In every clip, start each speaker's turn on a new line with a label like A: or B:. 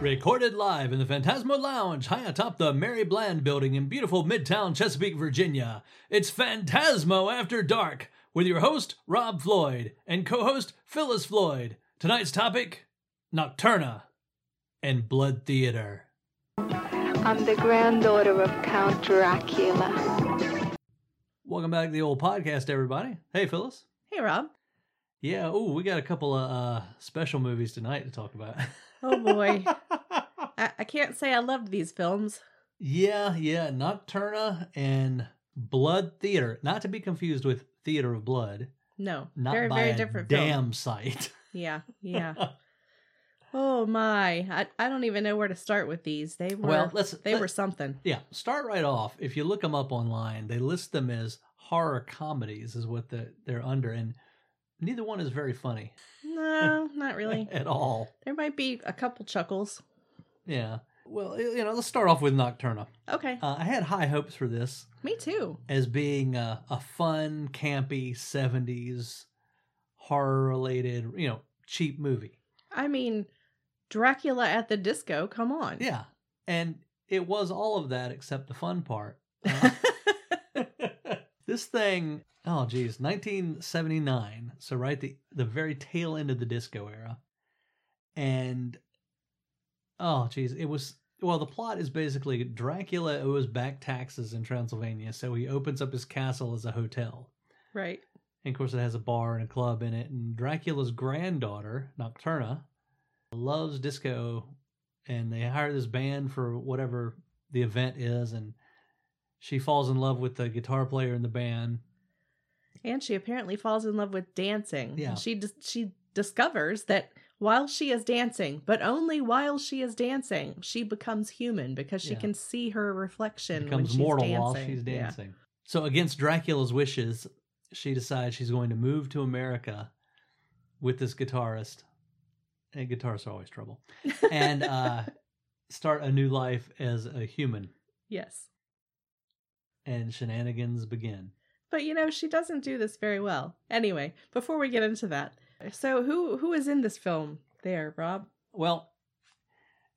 A: Recorded live in the Phantasmo Lounge, high atop the Mary Bland building in beautiful Midtown Chesapeake, Virginia. It's Phantasmo After Dark with your host, Rob Floyd, and co host, Phyllis Floyd. Tonight's topic Nocturna and Blood Theater.
B: I'm the granddaughter of Count Dracula.
A: Welcome back to the old podcast, everybody. Hey, Phyllis.
C: Hey, Rob.
A: Yeah, oh, we got a couple of uh, special movies tonight to talk about.
C: Oh boy, I, I can't say I loved these films.
A: Yeah, yeah, Nocturna and Blood Theater, not to be confused with Theater of Blood,
C: No,
A: not
C: very
A: by
C: very
A: a
C: different. Film.
A: damn sight.
C: Yeah, yeah. oh my, I I don't even know where to start with these. They were
A: well, let's
C: they
A: let-
C: were something.
A: yeah. Start right off. If you look them up online, they list them as horror comedies, is what the, they're under, and neither one is very funny
C: No, not really.
A: at all.
C: There might be a couple chuckles.
A: Yeah. Well, you know, let's start off with Nocturna.
C: Okay,
A: Uh, I had high hopes for this.
C: me too.
A: as being a, a fun, campy '70s horror-related, you know, cheap movie.
C: I mean, Dracula at the disco. Come on.
A: Yeah, and it was all of that except the fun part. Uh, this thing, oh geez, 1979. So right the the very tail end of the disco era, and oh geez, it was. Well, the plot is basically Dracula owes back taxes in Transylvania, so he opens up his castle as a hotel.
C: Right.
A: And of course, it has a bar and a club in it. And Dracula's granddaughter, Nocturna, loves disco. And they hire this band for whatever the event is. And she falls in love with the guitar player in the band.
C: And she apparently falls in love with dancing.
A: Yeah.
C: She dis- she discovers that while she is dancing, but only while she is dancing, she becomes human because she
A: Yeah.
C: can see her reflection when
A: becomes
C: she's
A: mortal
C: dancing.
A: while she's
C: Yeah.
A: dancing. So, against Dracula's wishes, she decides she's going to move to America with this guitarist. And guitarists are always trouble. And uh, start a new life as a human.
C: yes.
A: And shenanigans begin.
C: But you know, she doesn't do this very well. Anyway, before we get into that, so who who is in this film there, Rob?
A: Well,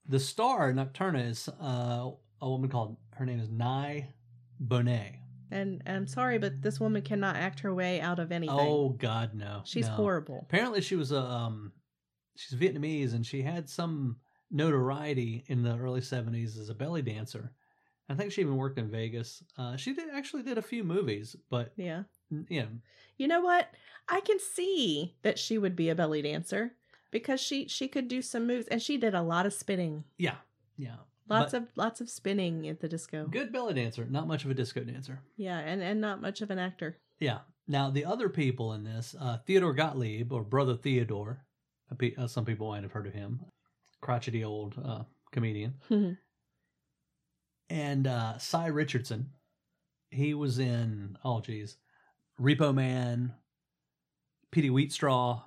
A: the star Nocturna is uh, a woman called her name is Nye Bonet.
C: And and I'm sorry, but this woman cannot act her way out of anything.
A: Oh God, no,
C: she's
A: no.
C: horrible.
A: Apparently, she was a um, she's Vietnamese, and she had some notoriety in the early '70s as a belly dancer. I think she even worked in Vegas. Uh, she did actually did a few movies, but
C: Yeah.
A: you know,
C: You know what? I can see that she would be a belly dancer because she she could do some moves and she did a lot of spinning.
A: yeah, yeah, But-
C: Lots of lots of spinning at the disco.
A: good belly dancer, not much of a disco dancer.
C: Yeah, and and not much of an actor.
A: Yeah. Now the other people in this, uh, Theodore Gottlieb or Brother Theodore, a pe- uh, some people might have heard of him, crotchety old uh, comedian, and uh, Cy Richardson. He was in oh geez, Repo Man, Petey Wheatstraw,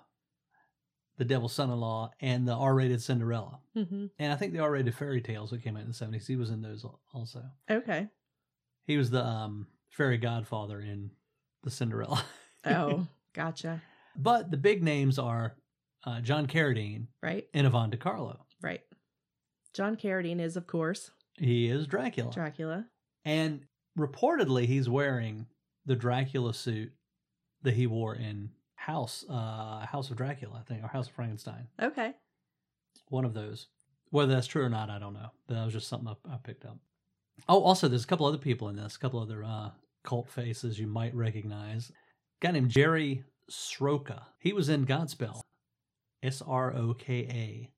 A: The Devil's Son-in-Law, and the R-rated Cinderella.
C: hmm
A: And I think the R-rated Fairy Tales that came out in the seventies. He was in those al- also.
C: Okay.
A: He was the um, fairy godfather in the Cinderella.
C: Oh, gotcha.
A: But the big names are uh, John Carradine
C: Right,
A: and Yvonne DiCarlo.
C: right. John Carradine is, of course,
A: He is Dracula.
C: Dracula.
A: and reportedly, he's wearing the Dracula suit that he wore in House, uh, House of Dracula, I think, or House of Frankenstein.
C: Okay.
A: One of those. Whether that's true or not, I don't know. That was just something I, I picked up. Oh, also, there's a couple other people in this, a couple other uh, cult faces you might recognize. guy named Jerry Sroka. He was in Godspell. S R O K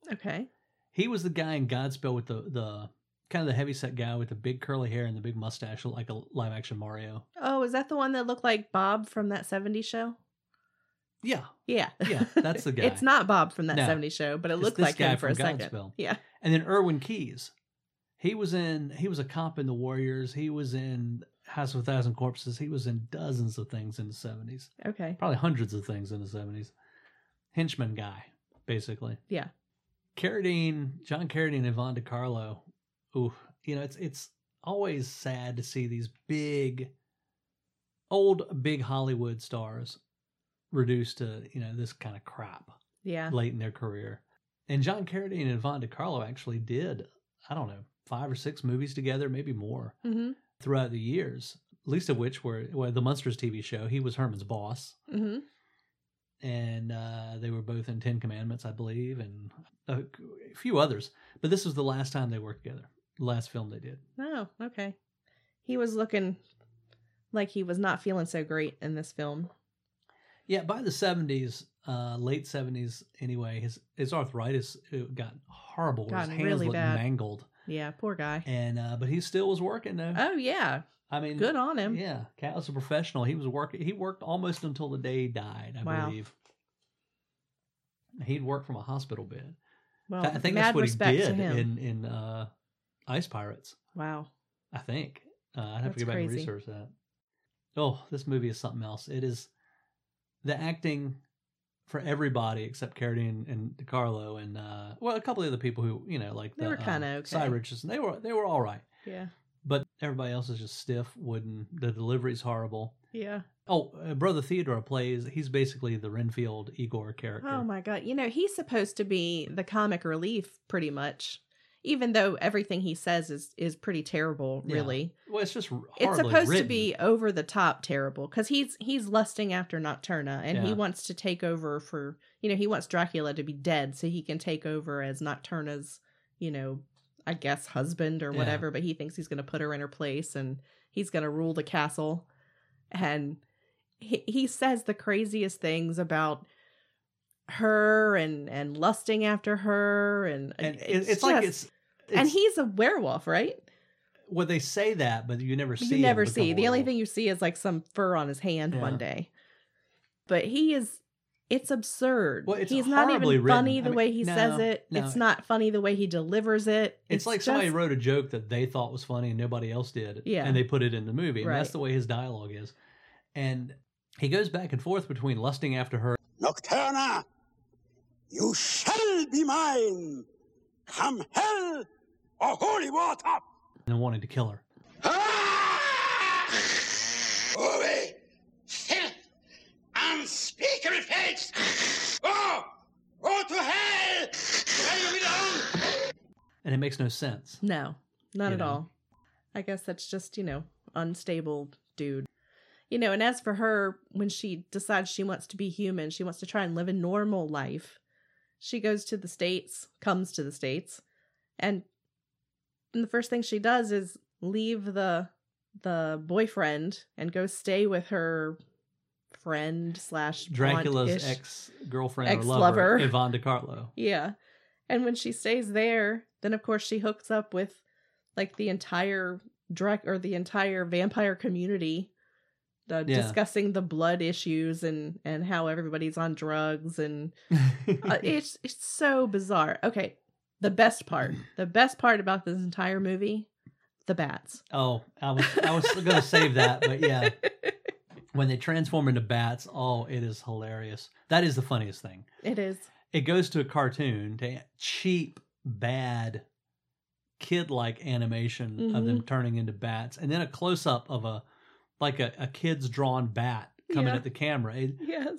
A: A.
C: Okay.
A: He was the guy in Godspell with the the kind of the heavyset guy with the big curly hair and the big mustache, looked like a live action Mario.
C: Oh, is that the one that looked like Bob from that 70s show?
A: Yeah,
C: Yeah.
A: Yeah, that's the guy.
C: it's not Bob from that
A: No.
C: 70s show, but it
A: It's
C: looked
A: this
C: like
A: guy
C: him for a
A: from
C: second.
A: Godspell.
C: Yeah.
A: and then Erwin Keys. He was in. He was a cop in the Warriors. He was in House of a Thousand Corpses. He was in dozens of things in the seventies,
C: Okay.
A: probably hundreds of things in the seventies. Henchman guy, basically.
C: Yeah.
A: Carradine, John Carradine, and Von DiCarlo. Ooh, you know it's it's always sad to see these big, old big Hollywood stars reduced to you know this kind of crap
C: Yeah.
A: late in their career. And John Carradine and Yvonne DiCarlo actually did, I don't know, five or six movies together, maybe more,
C: Mm
A: throughout the years. Least of which were well, the Munsters TV show. He was Herman's boss,
C: hmm. Mm hmm.
A: and uh, they were both in Ten Commandments, I believe, and a few others. But this was the last time they worked together. The last film they did.
C: Oh, okay. He was looking like he was not feeling so great in this film.
A: Yeah, by the seventies, uh, late seventies anyway, his his arthritis it got horrible.
C: Gotten
A: his hands
C: really
A: looked
C: bad.
A: mangled,
C: Yeah, poor guy.
A: and uh, but he still was working though.
C: Oh yeah,
A: I mean,
C: good on him.
A: Yeah, Cat was a professional. He was working. He worked almost until the day he died. I
C: Wow.
A: believe he'd work from a hospital bed.
C: Well,
A: I think
C: Oh, mad
A: that's what he
C: respect to
A: did
C: him.
A: in in uh, Ice Pirates.
C: wow.
A: I think uh, I'd have
C: That's
A: to go back and
C: crazy.
A: research that. Oh, this movie is something else. It is the acting for everybody except Carradine and DiCarlo and uh, well, a couple of the people who you know like
C: They
A: the,
C: were kinda
A: uh,
C: okay.
A: Cy Richardson. They were they were all right,
C: Yeah.
A: but everybody else is just stiff, wooden. The delivery's horrible.
C: Yeah.
A: Oh, uh, Brother Theodore plays. He's basically the Renfield Igor character.
C: Oh my god. You know, he's supposed to be the comic relief pretty much. Even though everything he says is is pretty terrible,
A: Yeah.
C: really.
A: well, it's just horribly
C: It's supposed
A: written.
C: to be over the top terrible cuz he's he's lusting after Nocturna and he
A: Yeah.
C: wants to take over for, you know, he wants Dracula to be dead so he can take over as Nocturna's, you know, I guess husband or
A: Yeah.
C: whatever, but he thinks he's going to put her in her place and he's going to rule the castle and he, he says the craziest things about her and and lusting after her and, uh,
A: and it- it's, like
C: just-
A: it's,
C: and
A: it's-
C: he's a werewolf right
A: well they say that, but you never see.
C: you
A: him
C: never
A: become
C: see
A: a
C: the only
A: werewolf.
C: thing you see is like some fur on his hand
A: Yeah.
C: one day but he is it's absurd
A: Well, it's
C: he's not even
A: horribly written.
C: funny
A: I
C: the
A: mean,
C: way he
A: no,
C: says it
A: no.
C: it's not funny the way he delivers it
A: It's, like somebody
C: just-
A: wrote a joke that they thought was funny and nobody else did.
C: Yeah.
A: And they put it in the movie. And that's
C: Right.
A: the way his dialogue is. And he goes back and forth between lusting after her.
D: Nocturna, you shall be mine, come hell or holy water.
A: and wanted to kill her.
D: Ah! Away, filth, unspeakable face. Go, go to hell, where you belong.
A: And it makes no sense.
C: No, not
A: You
C: at
A: know?
C: all. I guess that's just, you know, unstable dude. You know, and as for her, when she decides she wants to be human, she wants to try and live a normal life. She goes to the States, comes to the States, and, and the first thing she does is leave the the boyfriend and go stay with her friend slash
A: Dracula's
C: aunt-ish.
A: ex girlfriend or lover,
C: Ex-lover.
A: Yvonne DiCarlo.
C: Yeah. And when she stays there, then of course she hooks up with like the entire drug or the entire vampire community uh,
A: Yeah.
C: discussing the blood issues and and how everybody's on drugs and uh, it's it's so bizarre. Okay, the best part. The best part about this entire movie, the bats.
A: oh, I was I was going to save that, but yeah, when they transform into bats, oh, it is hilarious. That is the funniest thing.
C: It is.
A: it goes to a cartoon to cheap bad kid-like animation of
C: Mm-hmm.
A: them turning into bats and then a close-up of a like a, a kid's drawn bat coming
C: Yeah.
A: at the camera it,
C: Yes.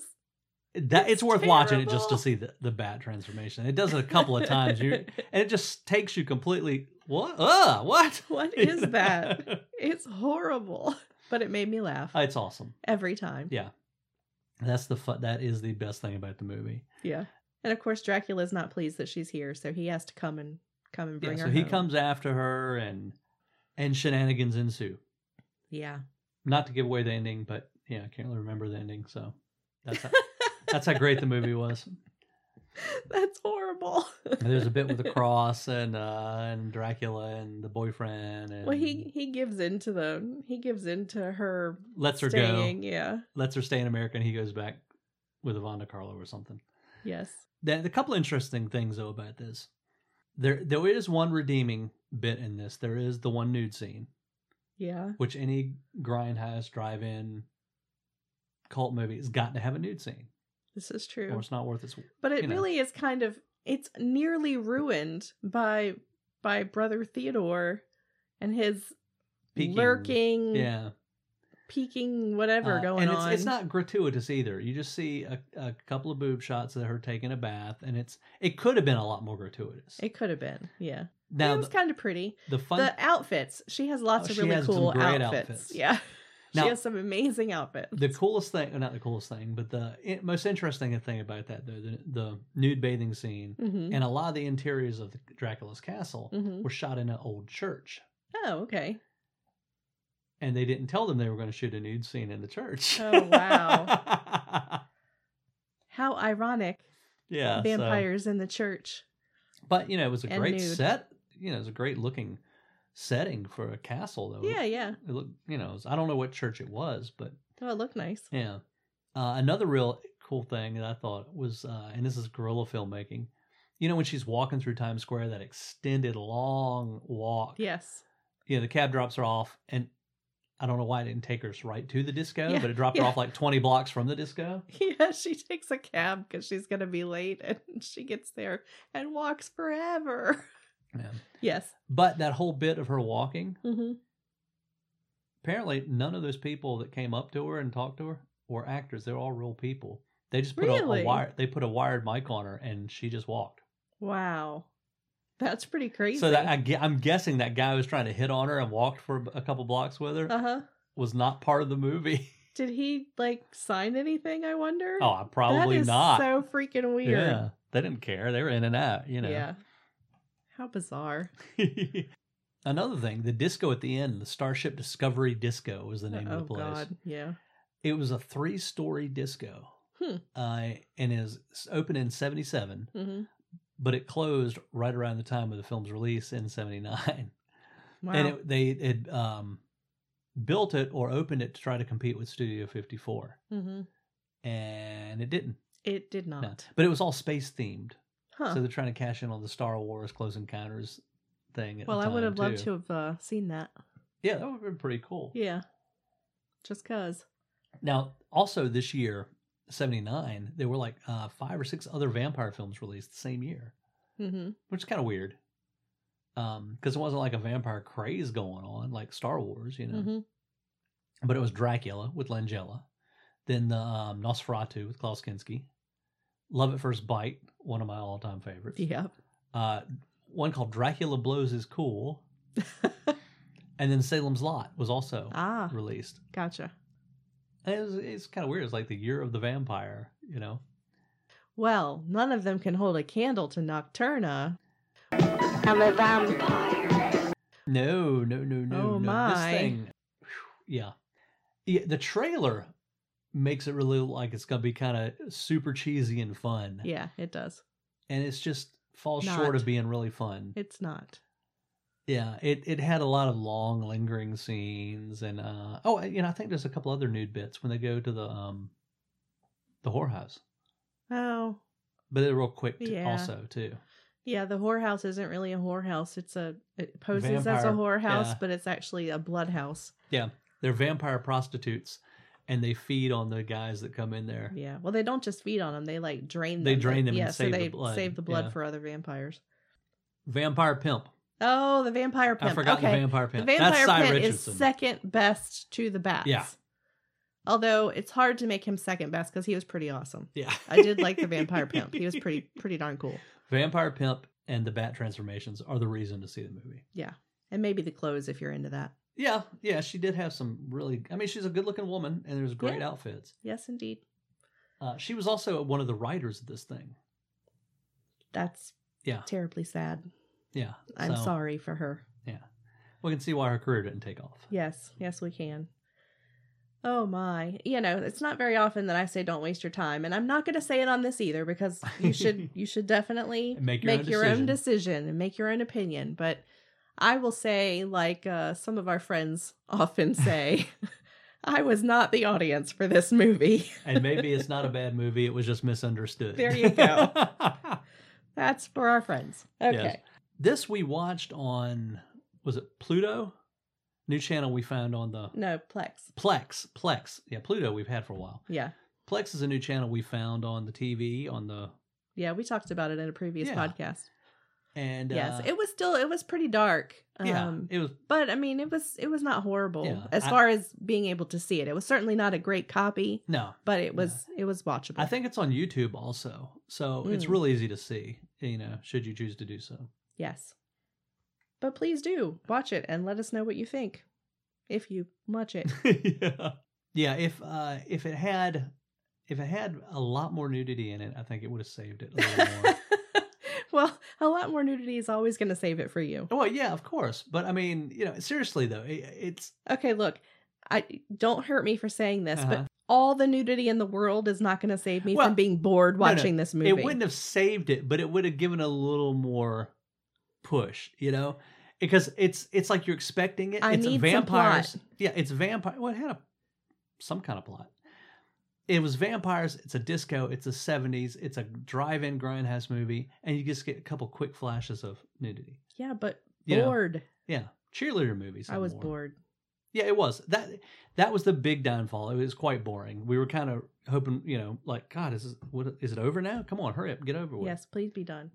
A: that it's,
C: It's
A: worth watching it just to
C: terrible.
A: see the, the bat transformation it does it a couple of times you and it just takes you completely what uh what
C: what is that? It's horrible, but it made me laugh
A: Ah, it's awesome
C: every time.
A: that's the fu- that is the best thing about the movie
C: Yeah. And of course Dracula's not pleased that she's here, so he has to come and come and
A: yeah,
C: bring
A: so
C: her.
A: he
C: home.
A: comes after her and and shenanigans ensue
C: Yeah.
A: not to give away the ending, but yeah, I can't really remember the ending. So that's how, that's how great the movie was.
C: That's horrible.
A: And there's a bit with the cross and uh, and Dracula and the boyfriend. And
C: Well he he gives in to the he gives in to her
A: lets her
C: staying,
A: go,
C: yeah.
A: lets her stay in America, and he goes back with Yvonne Carlo or something.
C: Yes.
A: Then a couple interesting things though about this. There there is one redeeming bit in this. There is the one nude scene,
C: Yeah.
A: which any grindhouse drive-in cult movie has got to have a nude scene,
C: This is true.
A: or it's not worth its
C: But it
A: you know.
C: really is kind of it's nearly ruined by by brother Theodore and his
A: Peeking.
C: Mm. lurking
A: yeah
C: peeking whatever
A: Uh,
C: going
A: and it's,
C: on.
A: it's not gratuitous either. You just see a, a couple of boob shots of her taking a bath, and it's it could have been a lot more gratuitous.
C: It could have been. Yeah.
A: now
C: it was
A: the,
C: kind of pretty.
A: the fun
C: The outfits. She has
A: Oh,
C: lots of
A: she
C: really
A: has some
C: cool
A: great
C: outfits.
A: outfits.
C: Yeah.
A: Now-
C: she has some amazing outfits.
A: the coolest thing not the coolest thing but the i- most interesting thing about that though the, the nude bathing scene
C: hmm
A: and a lot of the interiors of the dracula's castle
C: hmm
A: were shot in an old church
C: Oh, okay.
A: and they didn't tell them they were going to shoot a nude scene in the church
C: Oh, wow. How ironic.
A: yeah so-
C: Vampires in the church.
A: but you know it was a
C: and
A: great
C: nude.
A: set you know it was a great looking setting for a castle though
C: Yeah, yeah.
A: it looked you know it was- i don't know what church it was but
C: Oh, it looked nice.
A: Yeah. Uh, another real cool thing that I thought was, uh, and this is guerrilla filmmaking. You know, when she's walking through Times Square, that extended long walk.
C: Yes.
A: Yeah, the cab drops her off, and I don't know why it didn't take her right to the disco,
C: Yeah,
A: but it dropped her
C: yeah.
A: off like 20 blocks from the disco.
C: Yeah, she takes a cab because she's going to be late and she gets there and walks forever.
A: Yeah.
C: Yes.
A: But that whole bit of her walking,
C: Mm-hmm.
A: apparently, none of those people that came up to her and talked to her were actors. They're all real people. They just put a, a
C: Really?
A: wire. They put a wired mic on her, and she just walked.
C: Wow. That's pretty crazy.
A: So that I, gue- I'm guessing that guy who was trying to hit on her and walked for a couple blocks with her
C: Uh huh.
A: was not part of the movie.
C: Did he like sign anything? I wonder.
A: oh, I probably
C: that is
A: not.
C: So freaking weird.
A: Yeah, they didn't care. They were in and out. You know.
C: Yeah. How bizarre.
A: Another thing, the disco at the end, the Starship Discovery Disco was the name
C: oh
A: of the place.
C: God. Yeah.
A: It was a three-story disco,
C: Hmm.
A: uh, and is s- opened in '77,
C: hmm
A: but it closed right around the time of the film's release in '79.
C: Wow.
A: and it, they had um, built it or opened it to try to compete with Studio 54,
C: hmm
A: and it didn't.
C: It did not.
A: No. But it was all space themed,
C: Huh.
A: so they're trying to cash in on the Star Wars Close Encounters thing. At the
C: well, I would
A: time,
C: have loved
A: too.
C: to have uh, seen that.
A: Yeah, that would have been pretty cool.
C: Yeah. Just cause.
A: Now, also this year, '79, there were like uh, five or six other vampire films released the same year,
C: hmm
A: which is kind of weird. Um, because it wasn't like a vampire craze going on like Star Wars, you know.
C: hmm
A: but it was Dracula with Langella, then the um, Nosferatu with Klaus Kinski, Love at First Bite, one of my all-time favorites.
C: Yep.
A: Uh, one called Dracula Blows is cool, and then Salem's Lot was also
C: Ah.
A: released.
C: Gotcha.
A: And it was, it's kind of weird. It's like the year of the vampire, you know.
C: Well, none of them can hold a candle to Nocturna.
B: I'm a vampire.
A: No, no, no, no,
C: Oh,
A: no.
C: my.
A: This thing, Whew, yeah. yeah. The trailer makes it really look like it's gonna be kind of super cheesy and fun,
C: Yeah, it does.
A: and it's just falls short
C: Not.
A: of being really fun.
C: It's not.
A: Yeah, it, it had a lot of long lingering scenes and uh oh, you know, I think there's a couple other nude bits when they go to the um the whorehouse.
C: Oh.
A: But they're real quick to,
C: Yeah.
A: also too.
C: Yeah, the whorehouse isn't really a whorehouse. It's a it poses as a
A: Vampire,
C: whorehouse,
A: yeah.
C: but it's actually a bloodhouse.
A: They're vampire prostitutes and they feed on the guys that come in there.
C: Yeah. Well, they don't just feed on them; they like drain them.
A: They drain them and
C: yeah,
A: save the
C: so they
A: blood.
C: save the blood
A: Yeah.
C: for other vampires.
A: Vampire pimp.
C: Oh, the vampire pimp.
A: I forgot
C: okay.
A: the vampire pimp.
C: The vampire
A: That's Cy
C: pimp
A: Richardson.
C: is second best to the bats.
A: Yeah.
C: Although it's hard to make him second best because he was pretty awesome.
A: yeah.
C: I did like the vampire pimp. He was pretty pretty darn cool.
A: Vampire pimp and the bat transformations are the reason to see the movie.
C: And maybe the clothes if you're into that.
A: Yeah, yeah, she did have some really I mean, she's a good-looking woman and there's great outfits.
C: Yes, indeed.
A: Uh, she was also one of the writers of this thing.
C: That's
A: Yeah.
C: terribly sad.
A: Yeah.
C: I'm
A: so
C: sorry for her.
A: We can see why her career didn't take off.
C: Yes, yes, we can. Oh my. You know, it's not very often that I say don't waste your time, and I'm not going to say it on this either because you should you should definitely
A: And make your own
C: decision. and make your own opinion, but I will say like uh some of our friends often say, I was not the audience for this movie.
A: And maybe it's not a bad movie, it was just misunderstood.
C: There you go.
A: go.
C: That's for our friends. Okay.
A: this we watched on was it Pluto? New channel we found on the
C: No, Plex.
A: Plex. Plex. Yeah, Pluto we've had for a while.
C: Yeah.
A: Plex is a new channel we found on the TV on the
C: Yeah, we talked about it in a previous
A: Yeah.
C: podcast.
A: And
C: yes,
A: uh,
C: it um, was still it was pretty dark.
A: yeah, it was
C: but I mean, it was it was not horrible
A: Yeah,
C: as
A: I-
C: far as being able to see it. It was certainly not a great copy,
A: no.
C: but it was it was watchable.
A: I think it's on YouTube also, so it's
C: Mm.
A: really easy to see. You know, should you choose to do so.
C: yes. But please do watch it and let us know what you think, if you watch it.
A: yeah, yeah. If uh, if it had, if it had a lot more nudity in it, I think it would have saved it a little more.
C: well, a lot more nudity is always going to save it for you.
A: Well, yeah, of course, but I mean, you know, seriously though, it, it's
C: Okay, look, I don't hurt me for saying this,
A: Uh-huh.
C: but all the nudity in the world is not going to save me
A: Well,
C: from being bored
A: no, no,
C: watching this movie.
A: it wouldn't have saved it, but it would have given a little more push, you know, because it's it's like you're expecting it.
C: I
A: it's
C: need some
A: vampires. Yeah, it's vampire. Well, it had a some kind of plot. It was vampires. It's a disco. It's the '70s. It's a drive-in grindhouse movie, and you just get a couple quick flashes of nudity.
C: Yeah, but
A: You know,
C: bored.
A: yeah, cheerleader movies.
C: I
A: are
C: was
A: more-
C: bored.
A: Yeah, it was. That that was the big downfall. It was quite boring. We were kind of hoping, you know, like God, is this, what is it over now? Come on, hurry up, get over with.
C: Yes, please be done.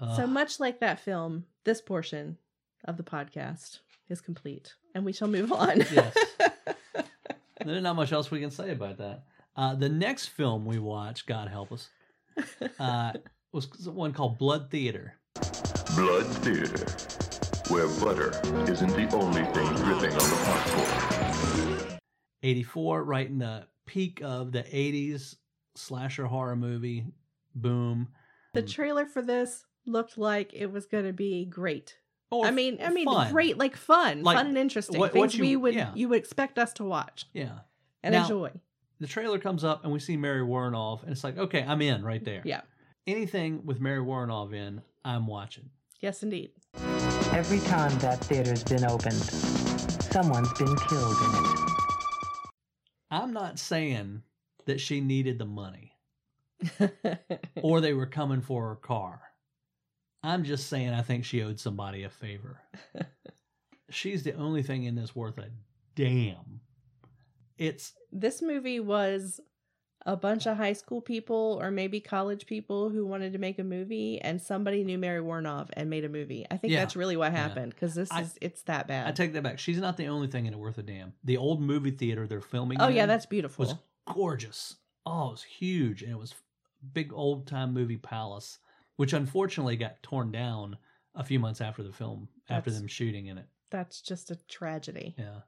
A: Uh,
C: So much like that film, this portion of the podcast is complete, and we shall move on.
A: Yes. There's not much else we can say about that. Uh, the next film we watched, God help us, uh, was one called Blood Theater.
E: Blood Theater, where butter isn't the only thing dripping on the popcorn.
A: 84, right in the peak of the 80s slasher horror movie boom.
C: the
A: Mm.
C: trailer for this looked like it was going to be great.
A: Or
C: I mean, I mean,
A: Oh, fun.
C: great, like fun,
A: Like,
C: fun and interesting
A: what- what
C: things
A: you-
C: we would
A: yeah.
C: you would expect us to watch
A: Yeah.
C: and
A: Now-
C: enjoy.
A: The trailer comes up and we see Mary Warrenoff, and it's like, okay, I'm in right there.
C: Yeah.
A: Anything with Mary Warrenoff in, I'm watching.
C: Yes, indeed.
F: Every time that theater's been opened, someone's been killed in it.
A: I'm not saying that she needed the money or they were coming for her car. I'm just saying I think she owed somebody a favor. She's the only thing in this worth a damn. It's
C: this movie was a bunch of high school people or maybe college people who wanted to make a movie and somebody knew Mary Warnoff and made a movie. I think
A: Yeah.
C: that's really what
A: Yeah.
C: happened because this
A: I-
C: is it's that
A: I
C: bad.
A: take that back. She's not the only thing in it worth a damn. The old movie theater they're filming
C: oh yeah,
A: in
C: that's beautiful.
A: was gorgeous. Oh, it was huge and it was big old time movie palace, which unfortunately got torn down a few months after the film, after
C: That's-
A: them shooting in it.
C: that's just a tragedy.
A: Yeah.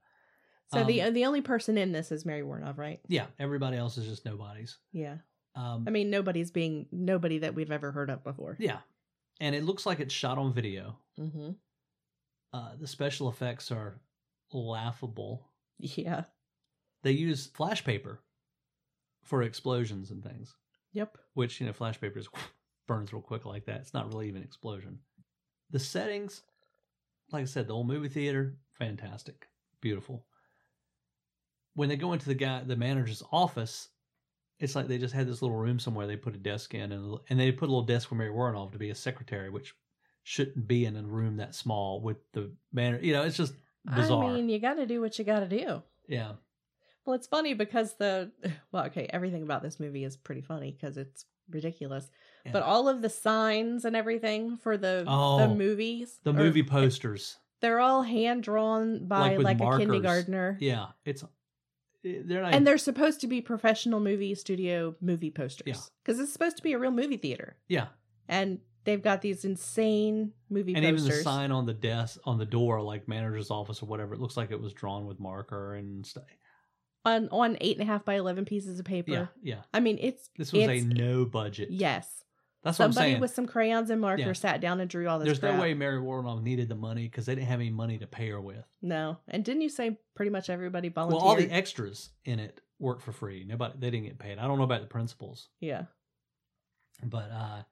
C: So the
A: Um,
C: the only person in this is Mary Warnoff, right?
A: Yeah, everybody else is just nobodies.
C: Yeah.
A: Um,
C: I mean, nobody's being nobody that we've ever heard of before.
A: yeah, and it looks like it's shot on video.
C: hmm
A: Uh, the special effects are laughable.
C: Yeah.
A: They use flash paper for explosions and things,
C: Yep.
A: which you know, flash paper is burns real quick like that. It's not really even an explosion. The settings, like I said, the old movie theater, fantastic, beautiful. When they go into the guy, the manager's office, it's like they just had this little room somewhere. They put a desk in, and and they put a little desk for Mary Warrenoff to be a secretary, which shouldn't be in a room that small with the manager. You know, it's just bizarre.
C: I mean, you got to do what you got to do.
A: yeah,
C: Well, it's funny because the well, okay, everything about this movie is pretty funny because it's ridiculous.
A: Yeah.
C: But all of the signs and everything for the
A: Oh,
C: the movies,
A: the
C: or-
A: movie posters.
C: they're all hand drawn by
A: Like with
C: like, a
A: markers.
C: kindergartner,
A: Yeah, it's eh, they're not.
C: and they're supposed to be professional movie studio movie posters
A: Yeah.
C: because it's supposed to be a real movie theater,
A: yeah,
C: and they've got these insane movie
A: and
C: posters.
A: even the sign on the desk on the door like manager's office or whatever it looks like it was drawn with marker and stuff
C: on on eight and a half by eleven pieces of paper.
A: yeah yeah
C: I mean, it's
A: this was
C: It's-
A: a no budget
C: yes.
A: that's what i'm
C: Somebody
A: saying
C: with some crayons and marker
A: Yeah.
C: sat down and drew all this.
A: there's
C: crap.
A: no way mary warrenoff needed the money because they didn't have any money to pay her with
C: No. And didn't you say pretty much everybody volunteered?
A: well all the extras in it worked for free nobody they didn't get paid i don't know about the principals
C: yeah.
A: but uh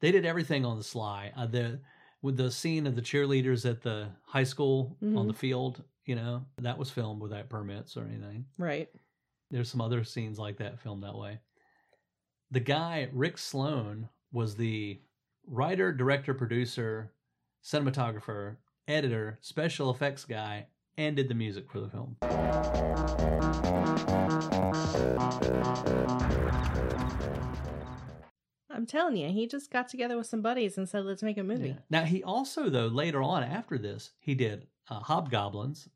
A: they did everything on the sly uh, the with the scene of the cheerleaders at the high school on
C: Mhm.
A: the field you know that was filmed without permits or anything
C: Right.
A: there's some other scenes like that filmed that way. The guy, Rick Sloan, was the writer, director, producer, cinematographer, editor, special effects guy, and did the music for the film.
C: I'm telling you, he just got together with some buddies and said, "Let's make a movie."
A: Yeah. Now he also though later on after this he did uh, Hobgoblins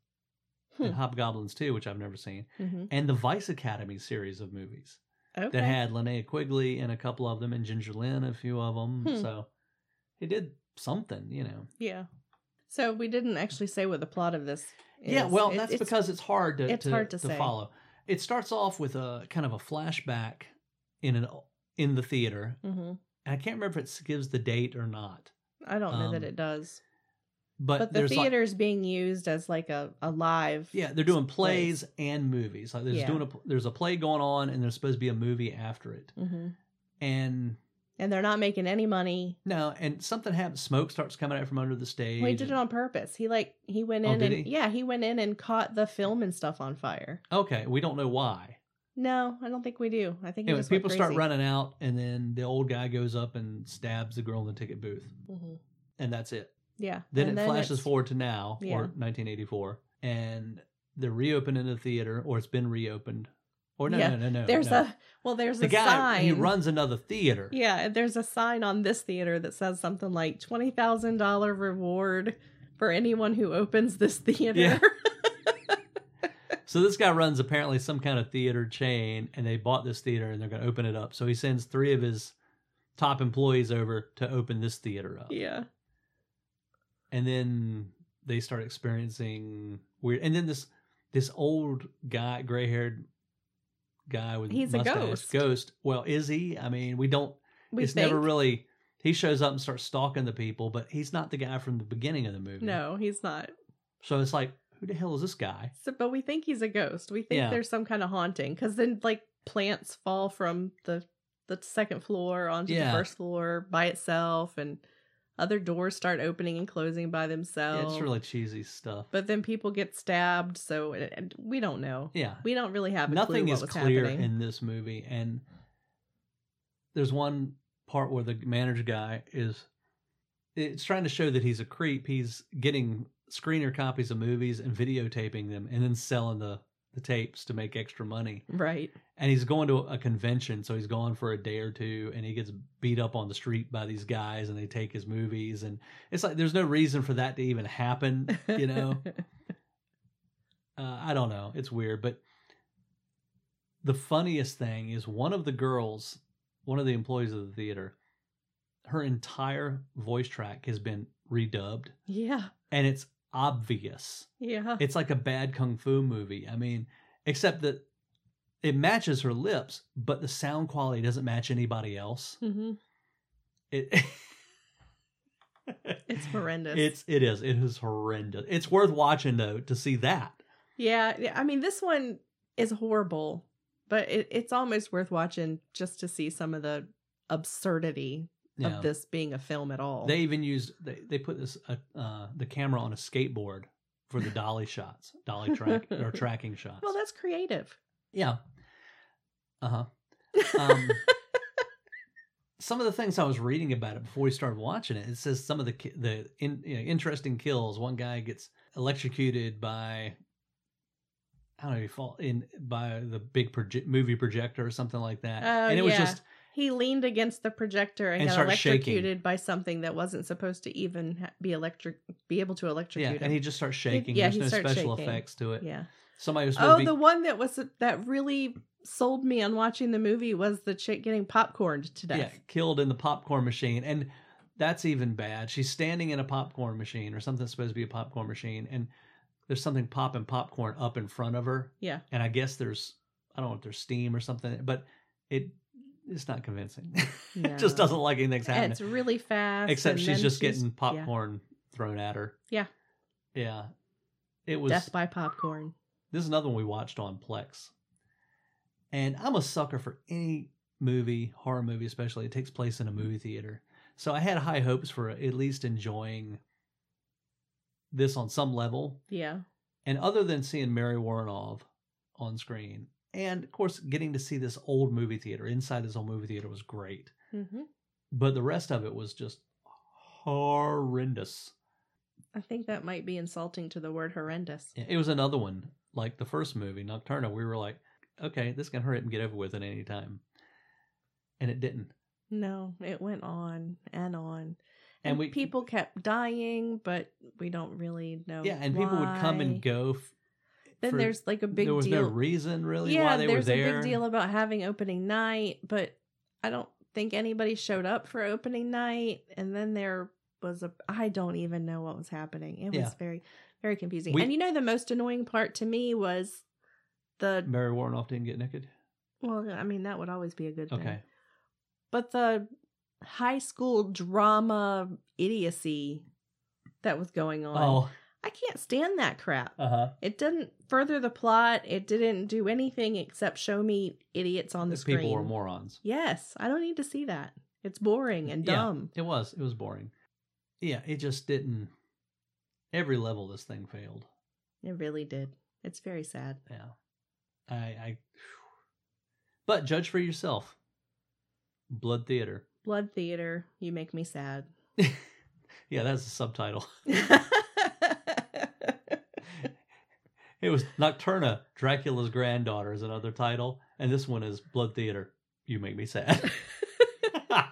A: and
C: Hmm.
A: Hobgoblins 2, which I've never seen,
C: hmm
A: and the Vice Academy series of movies
C: Okay.
A: that had Linnea Quigley in a couple of them and Ginger Lynn a few of them.
C: Hmm.
A: So he did something, you know.
C: yeah. So we didn't actually say what the plot of this. Is.
A: Yeah, well,
C: It-
A: that's
C: it's-
A: because it's hard to
C: it's
A: to,
C: hard to
A: to
C: say.
A: follow. It starts off with a kind of a flashback in an in the theater,
C: Mhm.
A: and I can't remember if it gives the date or not.
C: I don't know that
A: Um,
C: it does.
A: But,
C: But the
A: there's like-
C: theater's being used as like a, a live.
A: yeah, they're doing
C: plays.
A: plays and movies. Like there's
C: Yeah.
A: doing a there's a play going on, and there's supposed to be a movie after it.
C: hmm
A: And
C: And they're not making any money.
A: no, and something happens. Smoke starts coming out from under the stage.
C: Well, he did
A: and-
C: it on purpose. He like he went
A: Oh,
C: in
A: did
C: and
A: he?
C: yeah, he went in and caught the film and stuff on fire.
A: Okay, we don't know why.
C: No, I don't think we do. I think he
A: Anyway,
C: just went
A: people start
C: crazy.
A: running out, and then the old guy goes up and stabs the girl in the ticket booth,
C: Mhm.
A: and that's it.
C: Yeah.
A: Then
C: And
A: it flashes
C: it's-
A: forward to now,
C: Yeah.
A: or 1984, and they're reopening the theater, or it's been reopened. Or no,
C: Yeah,
A: no, no, no.
C: There's
A: no.
C: a well. There's
A: the
C: a
A: guy
C: sign.
A: he runs another theater.
C: Yeah, there's a sign on this theater that says something like twenty thousand dollar reward for anyone who opens this theater.
A: Yeah. So this guy runs apparently some kind of theater chain, and they bought this theater and they're going to open it up. So he sends three of his top employees over to open this theater up,
C: yeah.
A: and then they start experiencing weird. And then this this old guy, gray haired guy with
C: He's a
A: mustache,
C: ghost.
A: Well, is he? I mean, we don't.
C: We
A: it's
C: think
A: never really. He shows up and starts stalking the people, but he's not the guy from the beginning of the movie.
C: no, he's not.
A: So it's like, who the hell is this guy?
C: So, but we think he's a ghost. We think
A: Yeah.
C: there's some kind of haunting because then like plants fall from the the second floor onto
A: Yeah.
C: the first floor by itself, and other doors start opening and closing by
A: Yeah,
C: themselves.
A: it's really cheesy stuff.
C: But then people get stabbed, so it, and we don't know.
A: yeah,
C: We don't really have a
A: nothing
C: clue
A: is
C: what was
A: clear
C: happening.
A: in this movie and there's one part where the manager guy is it's trying to show that he's a creep he's getting screener copies of movies and videotaping them and then selling the the tapes to make extra money
C: right.
A: and he's going to a convention so he's gone for a day or two and he gets beat up on the street by these guys and they take his movies and it's like there's no reason for that to even happen you know uh, I don't know. It's weird, but the funniest thing is one of the girls, one of the employees of the theater, her entire voice track has been redubbed,
C: yeah.
A: and it's obvious.
C: Yeah.
A: It's like a bad kung fu movie. I mean, except that it matches her lips, but the sound quality doesn't match anybody else.
C: hmm
A: It.
C: It's horrendous.
A: It's it is it is horrendous. It's worth watching though to see that.
C: Yeah. yeah, I mean, this one is horrible, but it, it's almost worth watching just to see some of the absurdity
A: Yeah.
C: of this being a film at all.
A: They even used they, they put this uh, uh, the camera on a skateboard for the dolly shots, dolly track or tracking shots.
C: well, that's creative.
A: yeah. Uh huh. Um, some of the things I was reading about it before we started watching it, it says some of the ki- the in, you know, interesting kills. One guy gets electrocuted by. I don't know, he fall in by the big proje- movie projector or something like that,
C: Oh,
A: and it was
C: yeah.
A: just
C: He leaned against the projector and,
A: And
C: got
A: started shaking.
C: electrocuted by something that wasn't supposed to even ha- be electric, be able to
A: yeah,
C: electrocute
A: and
C: him.
A: he just starts shaking.
C: yeah,
A: There's
C: he
A: no
C: starts
A: special
C: shaking.
A: effects to it.
C: yeah.
A: Somebody was supposed
C: Oh,
A: to be
C: the one that was that really sold me on watching the movie was the chick getting popcorned to death.
A: Yeah, killed in the popcorn machine. And that's even bad. She's standing in a popcorn machine or something that's supposed to be a popcorn machine. And there's something popping popcorn up in front of her.
C: Yeah.
A: And I guess there's, I don't know if there's steam or something, but it it's not convincing. it just
C: No.
A: doesn't like anything's
C: And
A: happening.
C: It's really fast.
A: Except
C: and
A: she's
C: then
A: just
C: she's-
A: getting
C: yeah,
A: popcorn thrown at her.
C: Yeah.
A: Yeah. It was
C: death by popcorn.
A: this is another one we watched on Plex. And I'm a sucker for any movie, horror movie especially, it takes place in a movie theater. So I had high hopes for at least enjoying this on some level.
C: Yeah.
A: And other than seeing Mary Warrenov on screen, and of course, getting to see this old movie theater inside this old movie theater was great.
C: hmm
A: But the rest of it was just horrendous.
C: I think that might be insulting to the word horrendous.
A: Yeah, It was another one, like the first movie, Nocturna. We were like, okay, this can hurry up and get over with at any time. And it didn't.
C: No, it went on and on.
A: And we-
C: people kept dying, but we don't really know.
A: Yeah, and people would come
C: why.
A: and go. F-
C: Then
A: for-
C: there's like a big
A: there was
C: deal.
A: no reason really
C: yeah,
A: why they were
C: there's
A: there.
C: a big deal about having opening night, but I don't think anybody showed up for opening night. And then there was a I don't even know what was happening. It was
A: Yeah.
C: very, very confusing.
A: We-
C: and you know the most annoying part to me was the
A: Mary Warnoff didn't get naked.
C: well, I mean that would always be a good thing.
A: Okay.
C: But the high school drama idiocy that was going on.
A: Oh,
C: I can't stand that crap.
A: uh huh.
C: It didn't further the plot. It didn't do anything except show me idiots on the screen.
A: People were morons.
C: Yes, I don't need to see that. It's boring and
A: Yeah.
C: dumb.
A: It was. It was boring. Yeah, it just didn't. Every level this thing failed.
C: It really did. It's very sad.
A: Yeah. I. I but judge for yourself. Blood Theater.
C: Blood Theater, you make me sad.
A: yeah, that's the subtitle. It was Nocturna, Dracula's Granddaughter is another title, and this one is Blood Theater. You make me sad.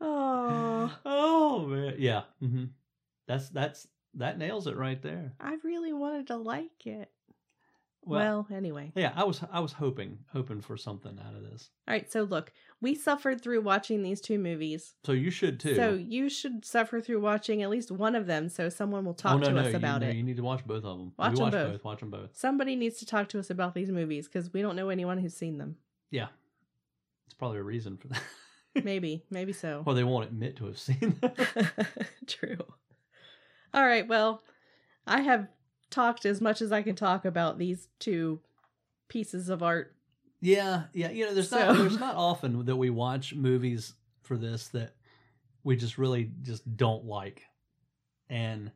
C: oh,
A: oh man, yeah, hmm that's that's that nails it right there.
C: I really wanted to like it.
A: Well,
C: Well, anyway.
A: yeah, I was I was hoping hoping for something out of this,
C: All right, so look, we suffered through watching these two movies.
A: so you should too.
C: So you should suffer through watching at least one of them so someone will talk
A: oh, no,
C: to
A: no,
C: us
A: you,
C: about
A: no,
C: it.
A: You need to watch both of them.
C: Watch
A: we
C: 'em
A: watch
C: both.
A: both. Watch them both.
C: Somebody needs to talk to us about these movies because we don't know anyone who's seen them.
A: It's probably a reason for that.
C: Maybe, maybe so.
A: Well, they won't admit to have seen them.
C: True. All right, well, I have talked as much as I can talk about these two pieces of art.
A: Yeah, yeah. You know, there's not
C: So-
A: there's not often that we watch movies for this that we just really just don't like, and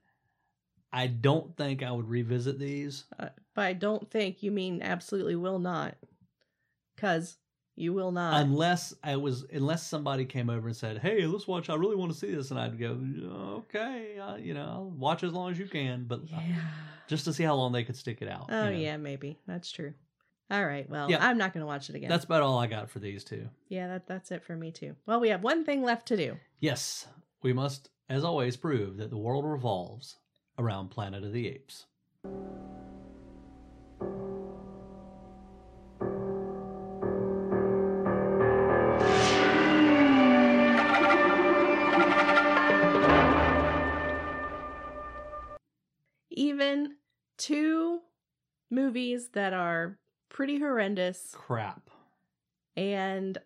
A: I don't think I would revisit these.
C: But I don't think you mean absolutely will not. Cuz you will not.
A: Unless I was, unless somebody came over and said, "Hey, let's watch. I really want to see this," and I'd go, "Okay, I, you know, I'll watch as long as you can," but uh,
C: yeah.
A: just to see how long they could stick it out.
C: Oh
A: you know.
C: yeah, maybe. That's true. All right. Well,
A: Yeah.
C: I'm not going to watch it again.
A: that's about all I got for these two.
C: yeah, that that's it for me too. Well, we have one thing left to do.
A: Yes, we must, as always, prove that the world revolves around Planet of the Apes.
C: Even two movies that are pretty horrendous
A: Crap.
C: and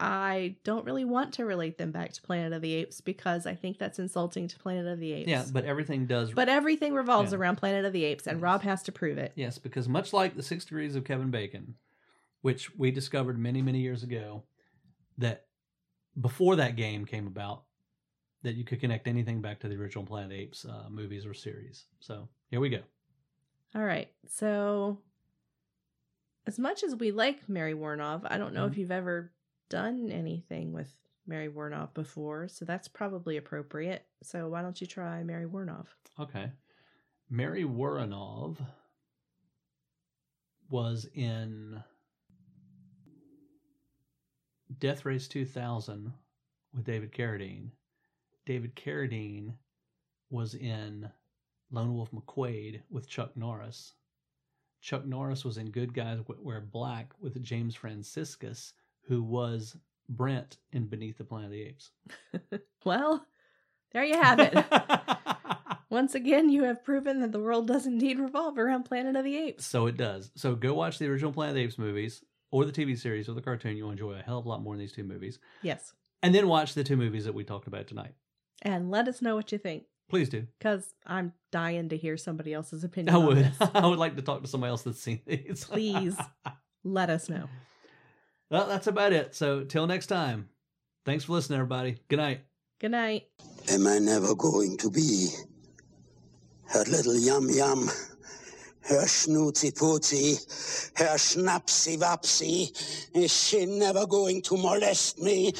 C: I don't really want to relate them back to Planet of the Apes because I think that's insulting to Planet of the Apes.
A: Yeah, but everything does.
C: but everything revolves
A: Yeah.
C: around Planet of the Apes and
A: Yes.
C: Rob has to prove it.
A: yes, because much like the Six Degrees of Kevin Bacon, which we discovered many many years ago, that before that game came about, that you could connect anything back to the original Planet of the Apes uh, movies or series. So here we go.
C: All right. So, as much as we like Mary Warnoff, I don't know
A: Mm-hmm.
C: if you've ever done anything with Mary Warnoff before, so that's probably appropriate. So, why don't you try Mary Warnoff?
A: Okay. Mary Woronov was in Death Race 2000 with David Carradine. David Carradine was in Lone Wolf McQuade with Chuck Norris. Chuck Norris was in Good Guys Wear Black with James Franciscus, who was Brent in Beneath the Planet of the Apes.
C: Well, there you have it. Once again, you have proven that the world does indeed revolve around Planet of the Apes.
A: So it does. So go watch the original Planet of the Apes movies or the TV series or the cartoon. You'll enjoy a hell of a lot more than these two movies.
C: Yes.
A: And then watch the two movies that we talked about tonight.
C: And let us know what you think,
A: Please do.
C: because I'm dying to hear somebody else's opinion.
A: I
C: on
A: would.
C: this.
A: I would like to talk to somebody else that's seen these.
C: Please let us know.
A: well, that's about it. So till next time, thanks for listening, everybody. Good night.
C: Good night.
D: Am I never going to be her little yum yum, her snooty pooty, her schnapsy wapsy? Is she never going to molest me?